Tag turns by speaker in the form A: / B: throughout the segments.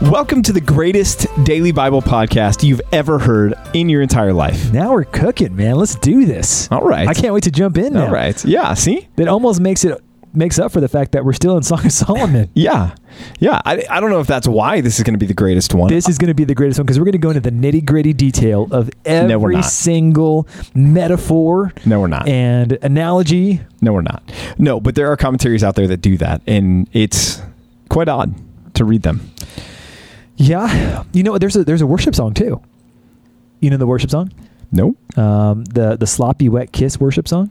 A: Welcome to the greatest daily Bible podcast you've ever heard in your entire life.
B: Now we're cooking, man. Let's do this.
A: All right.
B: I can't wait to jump in now.
A: All right. Yeah, see?
B: That almost makes it makes up for the fact that we're still in Song of Solomon.
A: Yeah. Yeah. I, I don't know if that's why this is going to be the greatest one.
B: This is going to be the greatest one because we're going to go into the nitty gritty detail of
A: No, we're
B: every
A: not.
B: single metaphor
A: no, we're not.
B: and analogy.
A: No, we're not. No, but there are commentaries out there that do that, and it's quite odd to read them.
B: Yeah, you know what? There's a there's a worship song too. You know the worship song,
A: Nope.
B: um, the the sloppy wet kiss worship song.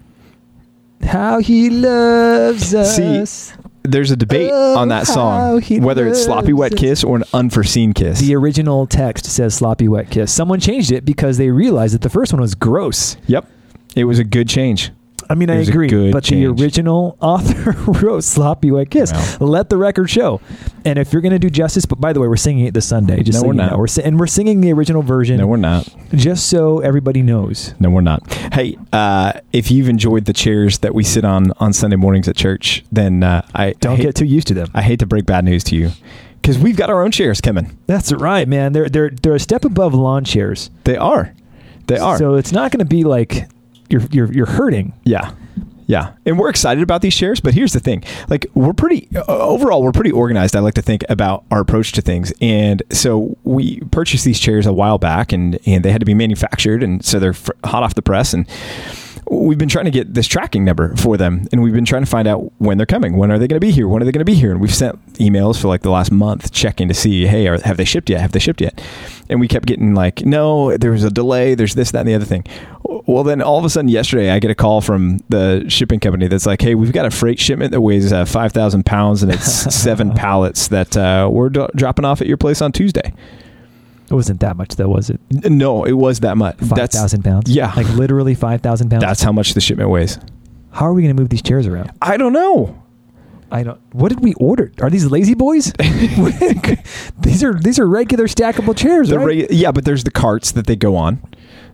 B: How he loves
A: See,
B: us.
A: There's a debate
B: Oh,
A: on that
B: how
A: song
B: he
A: whether it's sloppy wet
B: loves us.
A: kiss or an unforeseen kiss.
B: The original text says sloppy wet kiss. Someone changed it because they realized that the first one was gross.
A: yep. It was a good change.
B: I mean,
A: It
B: I
A: was a
B: agree,
A: good
B: but
A: change.
B: the original author wrote sloppy wet kiss.
A: Well.
B: Let the record show. And if you're going to do justice, but by the way, we're singing it this Sunday. Just
A: No,
B: so
A: we're
B: you
A: not.
B: know. We're si- and we're singing the original version
A: No, we're not.
B: just so everybody knows.
A: No, we're not. Hey, uh, if you've enjoyed the chairs that we sit on on Sunday mornings at church, then uh, I
B: Don't
A: hate,
B: get too used to them.
A: I hate to break bad news to you because we've got our own chairs coming.
B: That's right, man. They're they're they're a step above lawn chairs.
A: They are. They are.
B: So it's not going to be like you're you're you're hurting.
A: Yeah. Yeah. And we're excited about these shares, but here's the thing. Like we're pretty uh, overall we're pretty organized I like to think about our approach to things. And so we purchased these chairs a while back and and they had to be manufactured and so they're fr- hot off the press and we've been trying to get this tracking number for them and we've been trying to find out when they're coming. When are they going to be here? When are they going to be here? And we've sent emails for like the last month checking to see, "Hey, are, have they shipped yet? Have they shipped yet?" And we kept getting like, "No, there was a delay. There's this that and the other thing." Well, then all of a sudden yesterday, I get a call from the shipping company that's like, "Hey, we've got a freight shipment that weighs uh, five thousand pounds and it's seven pallets that uh, we're do- dropping off at your place on Tuesday."
B: It wasn't that much though, was it?
A: N- No, it was that much.
B: Five
A: That's
B: thousand pounds.
A: yeah.
B: like literally five thousand pounds.
A: that's how much the shipment weighs.
B: How are we going to move these chairs around?
A: I don't know.
B: I don't. What did we order? Are these lazy boys? these are these are regular stackable chairs,
A: The
B: right?
A: reg- yeah, but there's the carts that they go on.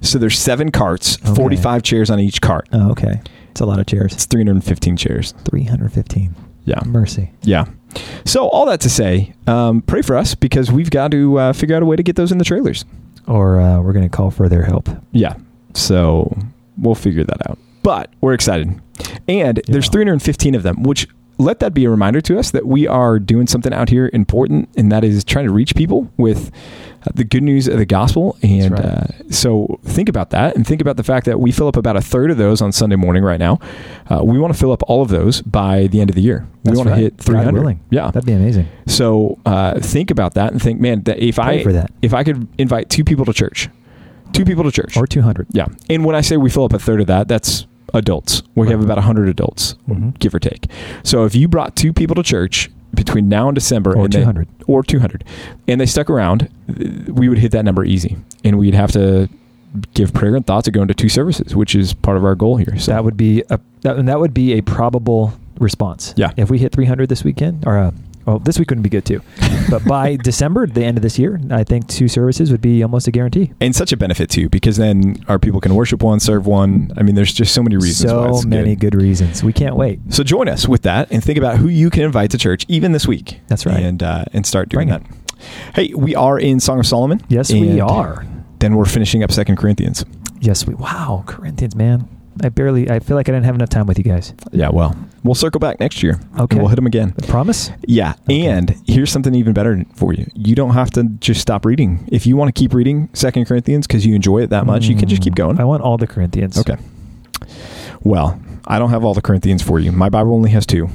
A: So there's seven carts,
B: Okay.
A: 45 chairs on each cart.
B: oh, okay. It's a lot of chairs.
A: It's 315 chairs.
B: Three hundred fifteen.
A: Yeah.
B: Mercy.
A: Yeah. So all that to say, um, pray for us because we've got to uh, figure out a way to get those in the trailers.
B: Or uh, we're going to call for their help.
A: Yeah. So we'll figure that out. But we're excited. And there's
B: Yeah.
A: 315 of them, which let that be a reminder to us that we are doing something out here important, and that is trying to reach people with uh, the good news of the gospel. And
B: right.
A: uh, so think about that and think about the fact that we fill up about a third of those on Sunday morning right now. Uh, we want to fill up all of those by the end of the year.
B: That's
A: we want
B: right.
A: to hit
B: God
A: 300.
B: willing.
A: Yeah.
B: That'd be amazing.
A: So uh, think about that and think, man, that if
B: Pray
A: I
B: for that.
A: if I could invite two people to church, two people to church,
B: Or two hundred.
A: yeah. And when I say we fill up a third of that, that's adults. We
B: Right.
A: have about 100 adults,
B: Mhm.
A: give or take. So if you brought two people to church between now and December,
B: Or
A: and they-
B: two hundred.
A: or 200, and they stuck around, th- we would hit that number easy. And we'd have to give prayer and thought to go into two services, which is part of our goal here. So
B: That would be a that, and that would be a probable response.
A: Yeah.
B: If we hit three hundred this weekend, or uh, well, this week wouldn't be good too, but by December, the end of this year, I think two services would be almost a guarantee.
A: and such a benefit too, because then our people can worship one, serve one. I mean, there's just so many reasons. why
B: so
A: it's
B: many
A: Good.
B: good reasons. We can't wait.
A: So join us with that, and think about who you can invite to church even this week.
B: That's right.
A: and uh, and start doing
B: Bring
A: that. Hey, we are in Song of Solomon.
B: Yes, we
A: and
B: are.
A: Then we're finishing up Second Corinthians.
B: Yes, we. Wow, Corinthians, man. I barely. I feel like I didn't have enough time with you guys.
A: Yeah, well, we'll circle back next year.
B: Okay.
A: and we'll hit them again.
B: The promise.
A: Yeah,
B: Okay.
A: and here's something even better for you. You don't have to just stop reading. If you want to keep reading Second Corinthians because you enjoy it that much, you can just keep
B: Mm,
A: going.
B: I want all the Corinthians.
A: Okay. Well, I don't have all the Corinthians for you. My Bible only has two,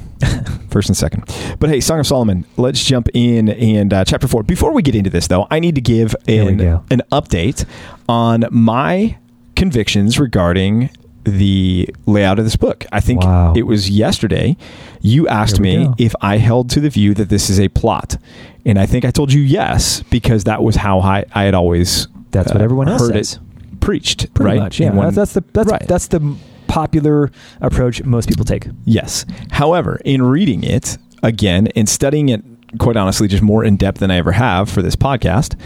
A: first and second. But hey, Song of Solomon. Let's jump in and uh, chapter four. Before we get into this, though, I need to give
B: Here we
A: an
B: go.
A: an update on my convictions regarding the layout of this book. I think
B: Wow.
A: it was yesterday you asked
B: Here we
A: me
B: go.
A: if I held to the view that this is a plot. And I think I told you yes because that was how I, I had always uh,
B: That's what everyone else
A: heard
B: says.
A: it preached,
B: Pretty
A: right?
B: much. Yeah.
A: And when-
B: that's, that's the that's
A: Right.
B: that's the popular approach most people take.
A: Yes. However, in reading it again and studying it, quite honestly, just more in depth than I ever have for this podcast,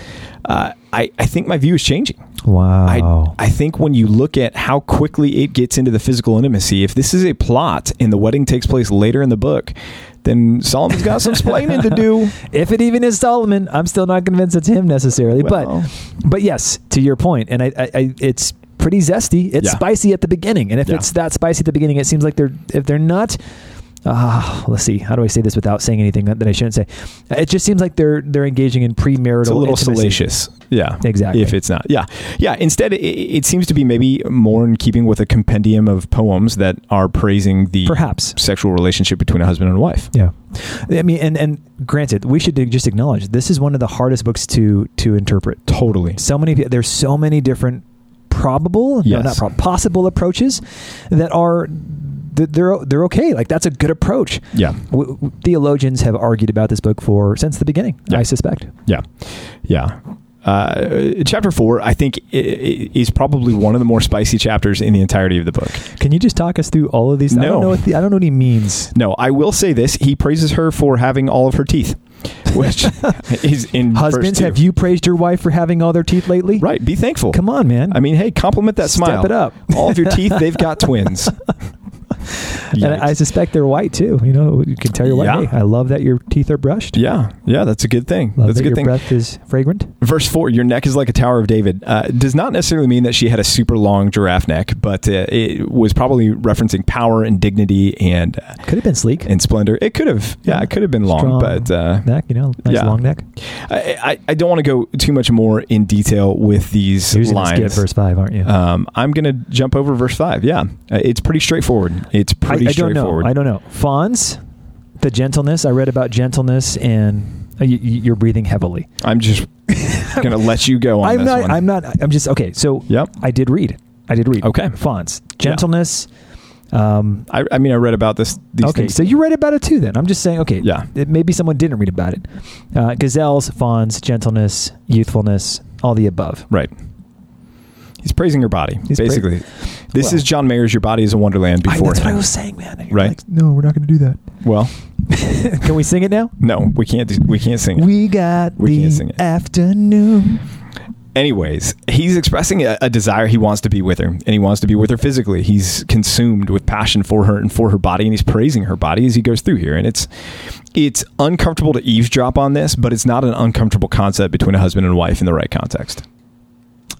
A: uh, I, I think my view is changing.
B: Wow.
A: I, I think when you look at how quickly it gets into the physical intimacy, if this is a plot and the wedding takes place later in the book, then Solomon's got some explaining to do.
B: if it even is Solomon, I'm still not convinced it's him necessarily.
A: Well.
B: But, but yes, to your point, and I, I, I it's pretty zesty. It's
A: Yeah.
B: spicy at the beginning, and if
A: Yeah.
B: it's that spicy at the beginning, it seems like they're if they're not. Ah, let's see. How do I say this without saying anything that I shouldn't say? It just seems like they're they're engaging in premarital.
A: It's a little
B: intimacy.
A: salacious. Yeah.
B: Exactly.
A: If it's not. Yeah. Yeah. Instead, it, it seems to be maybe more in keeping with a compendium of poems that are praising the
B: Perhaps.
A: sexual relationship between a husband and wife.
B: Yeah, I mean, and and granted, we should just acknowledge this is one of the hardest books to to interpret.
A: Totally.
B: so many pe- there's so many different probable
A: Yes.
B: no, not prob- possible approaches that are that they're they're okay like that's a good approach
A: Yeah.
B: w- w- theologians have argued about this book for since the beginning
A: Yeah.
B: i suspect
A: Yeah. Yeah. Uh, chapter four, I think, i- i- is probably one of the more spicy chapters in the entirety of the book.
B: can you just talk us through all of these i
A: No.
B: don't know what the, i don't know what he means
A: No, I will say this: he praises her for having all of her teeth, which is in verse
B: husbands
A: two.
B: have you praised your wife for having all their teeth lately
A: right? Be thankful.
B: come on man
A: I mean, hey, compliment that
B: Step
A: smile.
B: it up.
A: all of your teeth, they've got twins.
B: and I suspect they're white too. You know, you can tell your wife,
A: Yeah.
B: "Hey, I love that your teeth are brushed.
A: yeah, yeah, that's a good thing.
B: love
A: that's
B: that
A: a good
B: your
A: thing.
B: breath is fragrant."
A: Verse four: Your neck is like a tower of David. Uh, does not necessarily mean that she had a super long giraffe neck, but uh, it was probably referencing power and dignity and uh,
B: Could have been sleek.
A: and splendor. It could have, yeah, it could have been long,
B: Strong
A: but uh,
B: neck, you know, nice
A: yeah.
B: long neck.
A: I, I, I don't want to go too much more in detail with these
B: You're just gonna
A: lines.
B: skip verse five, aren't you?
A: Um, I'm going to jump over verse five. Yeah, Uh, it's pretty straightforward. It's
B: I,
A: pretty
B: I don't know.
A: straightforward.
B: I don't know. Fawns, the gentleness. I read about gentleness, and uh, you, you're breathing heavily.
A: I'm just going to let you go on
B: I'm
A: this
B: not.
A: one.
B: I'm not. I'm just okay. So
A: Yep.
B: I did read. I did read.
A: Okay.
B: Fawns, gentleness. Um,
A: I, I mean, I read about this. These
B: okay,
A: things.
B: so you read about it too. Then I'm just saying. Okay,
A: Yeah.
B: it, maybe someone didn't read about it. Uh, gazelles, fawns, gentleness, youthfulness, all the above.
A: right. He's praising your body,
B: He's pra-
A: basically. this
B: Well-
A: is John Mayer's "Your Body Is a Wonderland."
B: I,
A: Before
B: that's what I was saying, man. You're
A: Right.
B: like, no, we're not going to do that.
A: Well,
B: Can we sing it now?
A: no, we can't. do- We can't sing. it.
B: We got
A: We can't sing
B: the
A: it.
B: afternoon.
A: anyways, he's expressing a, a desire he wants to be with her, and he wants to be with her physically. He's consumed with passion for her and for her body, and he's praising her body as he goes through here. And it's it's uncomfortable to eavesdrop on this, but it's not an uncomfortable concept between a husband and wife in the right context.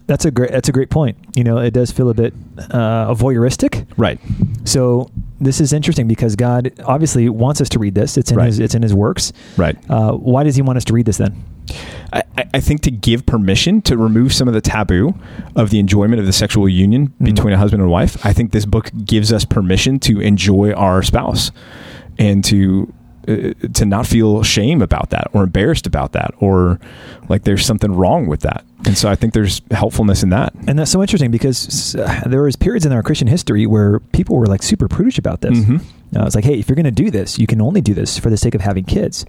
B: That's a great. That's a great point. You know, it does feel a bit uh, voyeuristic.
A: Right.
B: So this is interesting because God obviously wants us to read this. It's in
A: Right.
B: his. It's in His works.
A: Right.
B: Uh, why does He want us to read this then?
A: I, I- I think to give permission to remove some of the taboo of the enjoyment of the sexual union
B: Mm.
A: between a husband and wife, I think this book gives us permission to enjoy our spouse and to uh, to not feel shame about that or embarrassed about that or like there's something wrong with that. And so I think there's helpfulness in that.
B: And that's so interesting because uh, there was periods in our Christian history where people were like super prudish about this.
A: Mhm.
B: Uh, it's like, hey, if you're going to do this, you can only do this for the sake of having kids.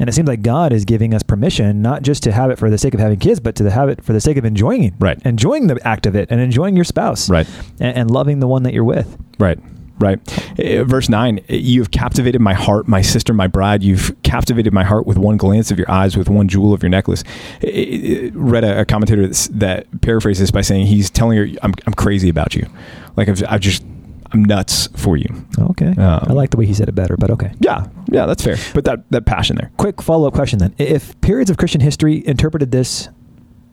B: And it seems like God is giving us permission not just to have it for the sake of having kids, but to have it for the sake of enjoying it,
A: Right.
B: enjoying the act of it, and enjoying your spouse,
A: Right.
B: and, and loving the one that you're with.
A: Right. Right. Uh, Verse 9, you have captivated my heart, my sister, my bride. You've captivated my heart with one glance of your eyes, with one jewel of your necklace. I- I- I Read a, a commentator that's, that paraphrases this by saying, He's telling her, I'm, I'm crazy about you. Like, I've, I've just, I'm nuts for you.
B: Okay,
A: Um,
B: I like the way he said it better, but okay.
A: Yeah. Yeah, that's fair. But that, that passion there.
B: Quick follow up question then: If periods of Christian history interpreted this,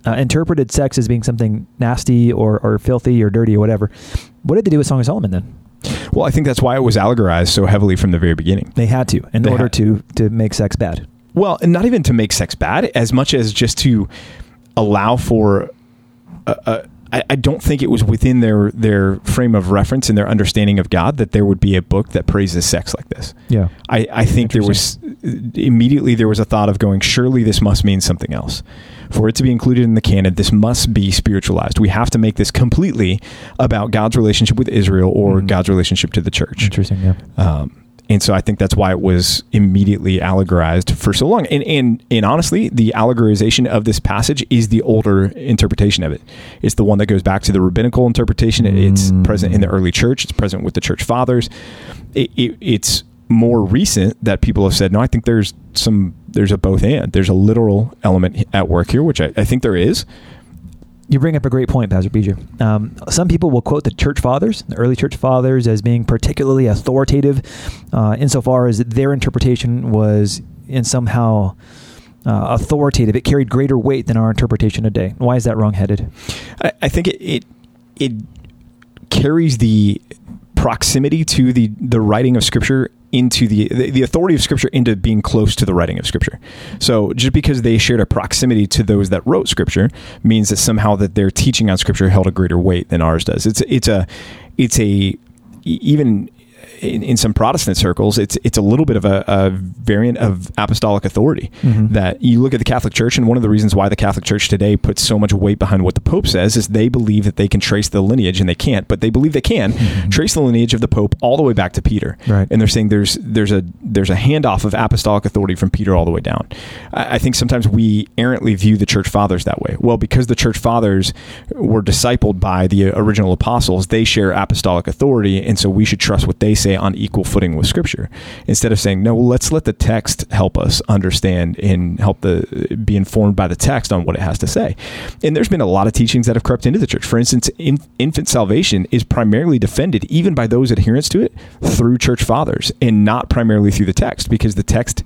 B: uh, interpreted sex as being something nasty or, or filthy or dirty or whatever, what did they do with Song of Solomon then?
A: Well, I think that's why it was allegorized so heavily from the very beginning.
B: They had to in
A: They
B: order
A: had-
B: to to make sex bad.
A: Well, and not even to make sex bad, as much as just to allow for. Uh, uh, I, I don't think it was within their their frame of reference and their understanding of God that there would be a book that praises sex like this.
B: Yeah.
A: I, I think there was immediately there was a thought of going. Surely this must mean something else. For it to be included in the canon, this must be spiritualized. We have to make this completely about God's relationship with Israel or
B: Mhm.
A: God's relationship to the church.
B: Interesting. Yeah.
A: Um, And so I think that's why it was immediately allegorized for so long. And and and honestly, the allegorization of this passage is the older interpretation of it. It's the one that goes back to the rabbinical interpretation. It- It's
B: Mm.
A: present in the early church. It's present with the church fathers. It, it, it's more recent that people have said, no, I think there's some there's a both and there's a literal element at work here, which I, I think there is.
B: You bring up a great point, Pastor Peter. Um, some people will quote the church fathers, the early church fathers, as being particularly authoritative uh, insofar as their interpretation was in somehow uh, authoritative. It carried greater weight than our interpretation today. Why is that wrongheaded?
A: I, I think it, it it carries the proximity to the the writing of scripture into the, the the authority of scripture into being close to the writing of scripture. So just because they shared a proximity to those that wrote scripture means that somehow that their teaching on scripture held a greater weight than ours does. It's it's a it's a e- even in, in some Protestant circles, it's it's a little bit of a, a variant of apostolic authority
B: Mhm.
A: that you look at the Catholic Church, and one of the reasons why the Catholic Church today puts so much weight behind what the Pope says is they believe that they can trace the lineage, and they can't, but they believe they can
B: Mhm.
A: trace the lineage of the Pope all the way back to Peter.
B: Right.
A: And they're saying there's there's a there's a handoff of apostolic authority from Peter all the way down. I, I think sometimes we errantly view the Church Fathers that way. Well, because the Church Fathers were discipled by the original apostles, they share apostolic authority, and so we should trust what they say on equal footing with Scripture. Instead of saying no, well, let's let the text help us understand and help the be informed by the text on what it has to say. And there's been a lot of teachings that have crept into the church. For instance, in, infant salvation is primarily defended even by those adherents to it through church fathers and not primarily through the text because the text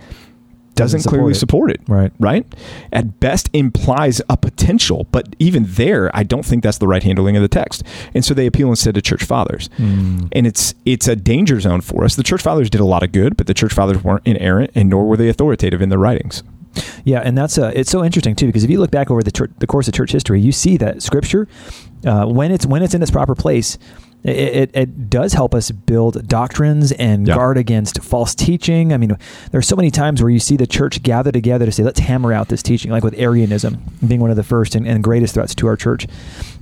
A: doesn't,
B: Doesn't support
A: clearly
B: it.
A: support it
B: Right.
A: right? At best implies a potential, but even there, I don't think that's the right handling of the text. And so they appeal instead to church fathers.
B: Mm.
A: And it's it's a danger zone for us. The church fathers did a lot of good, but the church fathers weren't inerrant and nor were they authoritative in their writings.
B: Yeah, and that's uh, it's so interesting too because if you look back over the church, the course of church history, you see that Scripture, uh, when it's when it's in its proper place, it, it, it does help us build doctrines and
A: Yeah.
B: guard against false teaching. I mean, there's so many times where you see the church gather together to say, "Let's hammer out this teaching," like with Arianism being one of the first and, and greatest threats to our church,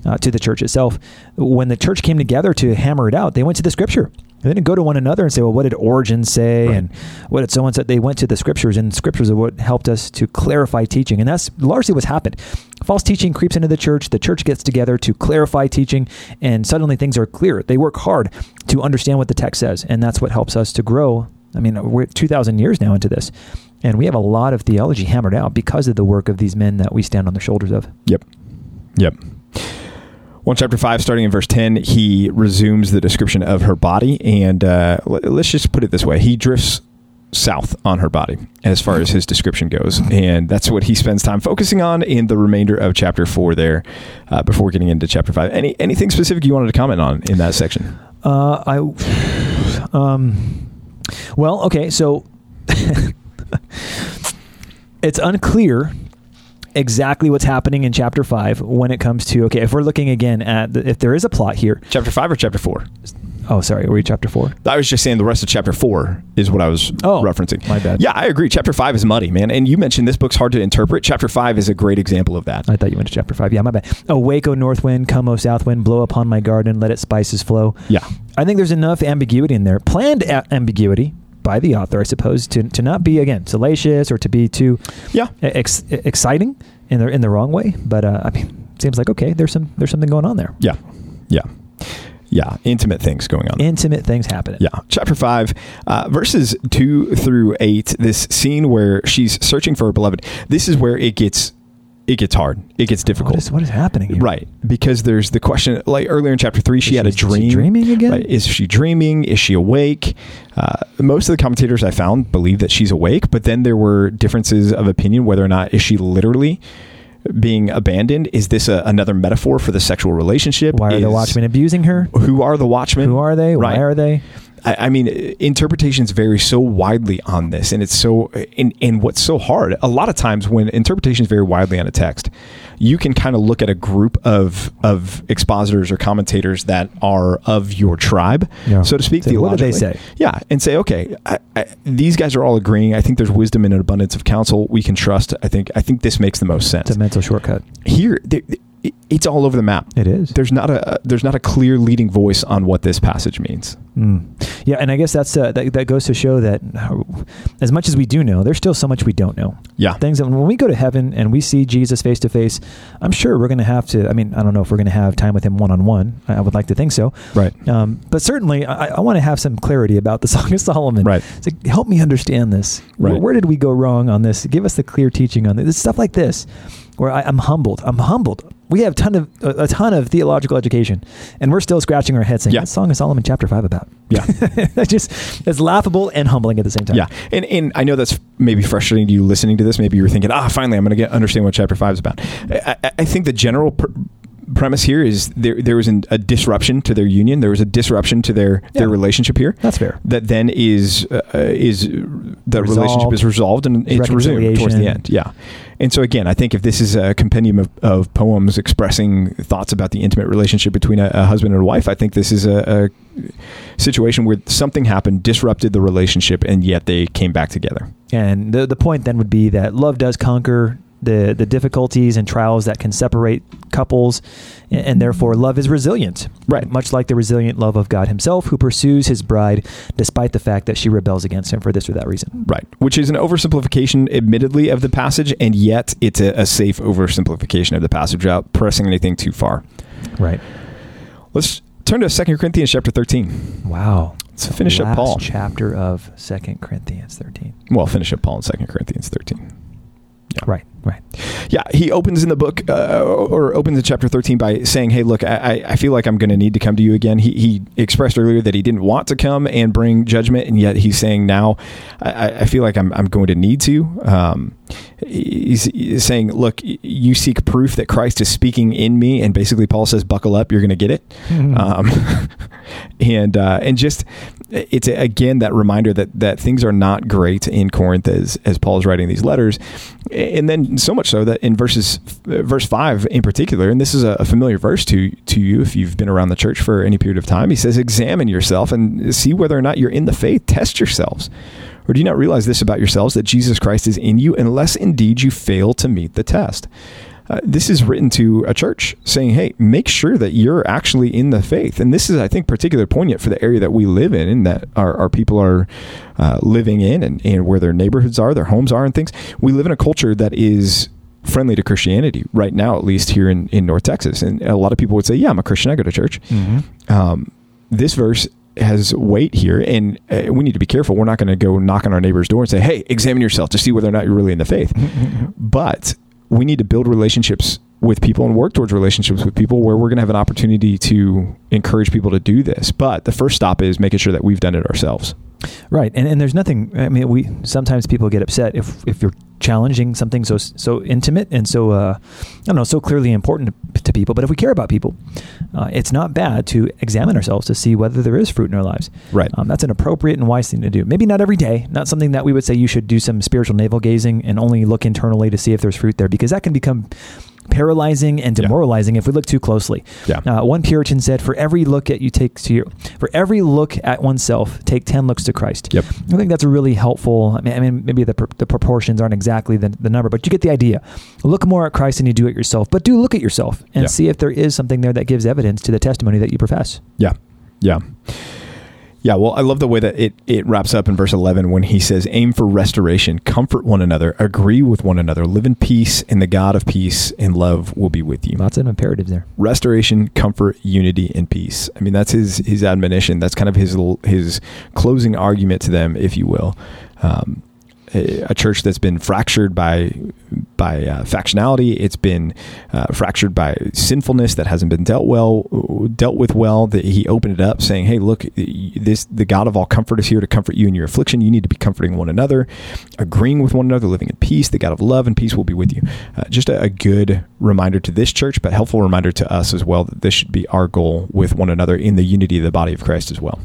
B: uh, to the church itself. When the church came together to hammer it out, they went to the Scripture. They didn't go to one another and say, "Well, what did Origen say?"
A: Right.
B: and what did someone said they went to the scriptures and scriptures are what helped us to clarify teaching and that's largely what's happened false teaching creeps into the church the church gets together to clarify teaching and suddenly things are clear they work hard to understand what the text says and that's what helps us to grow i mean we're 2000 years now into this and we have a lot of theology hammered out because of the work of these men that we stand on the shoulders of
A: Yep. Yep. One chapter five, starting in verse ten, he resumes the description of her body, and uh, l- let's just put it this way: he drifts south on her body as far as his description goes, and that's what he spends time focusing on in the remainder of chapter four. There, uh, before getting into chapter five, any anything specific you wanted to comment on in that section?
B: Uh, I, um, well, okay, so it's unclear exactly what's happening in chapter five when it comes to okay. If we're looking again at the, if there is a plot here,
A: Chapter five or chapter four?
B: oh, sorry, were we chapter four?
A: I was just saying the rest of chapter four is what I was
B: Oh,
A: referencing.
B: my bad.
A: Yeah, I agree. Chapter five is muddy, man, and you mentioned this book's hard to interpret. Chapter five is a great example of that.
B: I thought you went to chapter five. Yeah, my bad. Oh, Waco, north wind, come, O south wind, blow upon my garden, let its spices flow.
A: Yeah.
B: I think there's enough ambiguity in there, planned a- ambiguity by the author, I suppose, to, to not be again salacious or to be too e,
A: Yeah.
B: ex- exciting in the in the wrong way. But uh, I mean, seems like okay. There's some there's something going on there.
A: Yeah. Yeah. Yeah. Intimate things going on.
B: Intimate things happening.
A: yeah. Chapter 5, uh, verses 2 through 8, this scene where she's searching for her beloved. This is where it gets it gets hard. It gets difficult.
B: What is what is happening? Here?
A: Right, because there's the question. Like earlier in chapter three, she
B: Is
A: had a
B: she- is
A: dream.
B: she dreaming again?
A: Right, Is she dreaming? Is she awake? Uh, most of the commentators I found believe that she's awake, but then there were differences of opinion whether or not is she literally being abandoned. Is this a, another metaphor for the sexual relationship?
B: Why are
A: Is-
B: the watchmen abusing her?
A: Who are the watchmen?
B: Who are they?
A: Right.
B: Why are they?
A: I, I mean, interpretations vary so widely on this, and it's so and and what's so hard. A lot of times, when interpretations vary widely on a text, you can kind of look at a group of of expositors or commentators that are of your tribe,
B: Yeah.
A: so to speak.
B: Say, what do they
A: theologically.
B: say?
A: Yeah, and say, okay, I, I, these guys are all agreeing. I think there's wisdom and an abundance of counsel we can trust. I think I think this makes the most sense
B: It's a mental shortcut.
A: here there, it- it's all over the map
B: It is.
A: there's not a there's not a clear leading voice on what this passage means
B: Mm. Yeah, and I guess that's uh, that, that goes to show that uh, as much as we do know, there's still so much we don't know.
A: Yeah.
B: Things that when we go to heaven and we see Jesus face to face, I'm sure we're going to have to. I mean, I don't know if we're going to have time with him one on one. I I would like to think so.
A: Right.
B: Um, but certainly, I, I want to have some clarity about the Song of Solomon.
A: Right.
B: It's like, help me understand this.
A: Right.
B: Where, where did we go wrong on this? Give us the clear teaching on this. It's stuff like this, where I, I'm humbled. I'm humbled. We have ton of a, a ton of theological education, and we're still scratching our heads saying,
A: Yeah.
B: "What's Song of Solomon chapter five about?"
A: Yeah.
B: that just it's laughable and humbling at the same time.
A: Yeah, and and I know that's maybe frustrating to you listening to this. Maybe you were thinking, ah, finally, I'm going to get understand what chapter five is about. I, I- I think the general pr- premise here is there there was an, a disruption to their union. There was a disruption to their
B: Yeah.
A: their relationship here.
B: That's fair.
A: That then is uh, is the
B: Resolved.
A: relationship is resolved and it's resumed towards the
B: Reconciliation.
A: end. Yeah, and so again, I think if this is a compendium of, of poems expressing thoughts about the intimate relationship between a, a husband and a wife, I think this is a, a situation where something happened, disrupted the relationship, and yet they came back together.
B: And the the point then would be that love does conquer the the difficulties and trials that can separate couples, and, and therefore love is resilient.
A: Right.
B: Much like the resilient love of God Himself, who pursues His bride despite the fact that she rebels against Him for this or that reason.
A: Right, which is an oversimplification, admittedly, of the passage, and yet it's a, a safe oversimplification of the passage without pressing anything too far.
B: Right.
A: Let's turn to 2 Corinthians chapter 13.
B: Wow.
A: Let's finish up
B: Last
A: Paul.
B: Chapter of Second Corinthians thirteen.
A: Well, finish up Paul in 2 Corinthians 13. Yeah.
B: Right. Right.
A: Yeah, he opens in the book uh, or opens in chapter 13 by saying, Hey, look, I, I- I feel like I'm going to need to come to you again. He, he expressed earlier that he didn't want to come and bring judgment, and yet he's saying now, I- I, I feel like I'm, I'm going to need to. Um, he's, he's saying, Look, y- you seek proof that Christ is speaking in me. And basically, Paul says, Buckle up, you're going to get it um, and uh, and just it's again that reminder that that things are not great in Corinth as as Paul is writing these letters, and then so much so that in verses uh, verse five in particular, and this is a, a familiar verse to to you if you've been around the church for any period of time. He says, "Examine yourself and see whether or not you're in the faith. Test yourselves." Or do you not realize this about yourselves that Jesus Christ is in you, unless indeed you fail to meet the test? Uh, this is written to a church saying, hey, make sure that you're actually in the faith. And this is, I think, particularly poignant for the area that we live in and that our, our people are uh, living in and, and where their neighborhoods are, their homes are, and things. We live in a culture that is friendly to Christianity right now, at least here in, in North Texas. And a lot of people would say, yeah, I'm a Christian, I go to church um, this verse has weight here, and uh, we need to be careful. We're not going to go knock on our neighbor's door and say, "Hey, examine yourself to see whether or not you're really in the faith." but we need to build relationships with people and work towards relationships with people where we're going to have an opportunity to encourage people to do this. But the first stop is making sure that we've done it ourselves.
B: Right, and and there's nothing. I mean, we sometimes people get upset if if you're challenging something so so intimate and so uh, I don't know so clearly important to, to people. But if we care about people, uh, it's not bad to examine ourselves to see whether there is fruit in our lives.
A: Right.
B: Um, that's an appropriate and wise thing to do. Maybe not every day. Not something that we would say you should do some spiritual navel gazing and only look internally to see if there's fruit there because that can become paralyzing and
A: Yeah.
B: demoralizing if we look too closely.
A: Yeah.
B: Uh, one Puritan said, "For every look at you take to your, for every look at oneself, take ten looks to Christ."
A: Yep.
B: I think that's a really helpful. I mean, I mean maybe the, pr- the proportions aren't exactly the, the number, but you get the idea. Look more at Christ than you do at yourself, but do look at yourself and
A: Yeah.
B: see if there is something there that gives evidence to the testimony that you profess.
A: Yeah. Yeah. Yeah, well, I love the way that it, it wraps up in verse 11 when he says, Aim for restoration, comfort one another, agree with one another, live in peace, and the God of peace and love will be with you.
B: Lots of imperatives there.
A: restoration, comfort, unity, and peace. I mean, that's his his admonition. That's kind of his l- his closing argument to them, if you will. Um, a, a church that's been fractured by by uh, factionality, it's been uh, fractured by sinfulness that hasn't been dealt well dealt with well. That he opened it up, saying, "Hey, look, this the God of all comfort is here to comfort you in your affliction. You need to be comforting one another, agreeing with one another, living in peace. The God of love and peace will be with you." Uh, just a, a good reminder to this church, but helpful reminder to us as well that this should be our goal with one another in the unity of the body of Christ as well.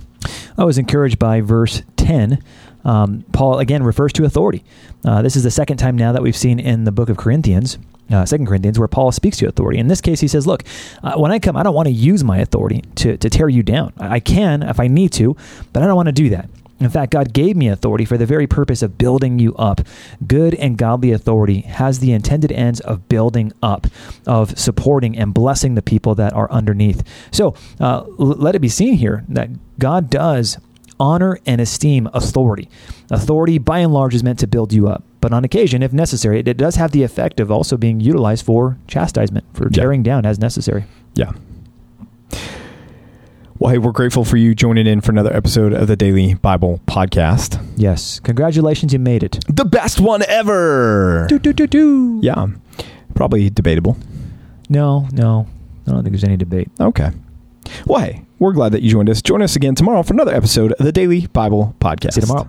B: I was encouraged by verse 10. Um, Paul again refers to authority. Uh, this is the second time now that we've seen in the book of Corinthians, uh, 2 Corinthians, where Paul speaks to authority. In this case, he says, Look, uh, when I come, I don't want to use my authority to, to tear you down. I I can if I need to, but I don't want to do that. In fact, God gave me authority for the very purpose of building you up. Good and godly authority has the intended ends of building up, of supporting and blessing the people that are underneath. So uh, l- let it be seen here that God does honor and esteem authority. Authority, by and large, is meant to build you up, but on occasion, if necessary, it, it does have the effect of also being utilized for chastisement, for
A: Yeah.
B: tearing down as necessary.
A: Yeah. Well, hey, we're grateful for you joining in for another episode of the Daily Bible Podcast.
B: Yes. Congratulations, you made it.
A: The best one ever.
B: Do, do, do, do.
A: Yeah. Probably debatable.
B: No, no. I don't think there's any debate.
A: Okay. Well, hey, we're glad that you joined us. Join us again tomorrow for another episode of the Daily Bible Podcast.
B: See you tomorrow.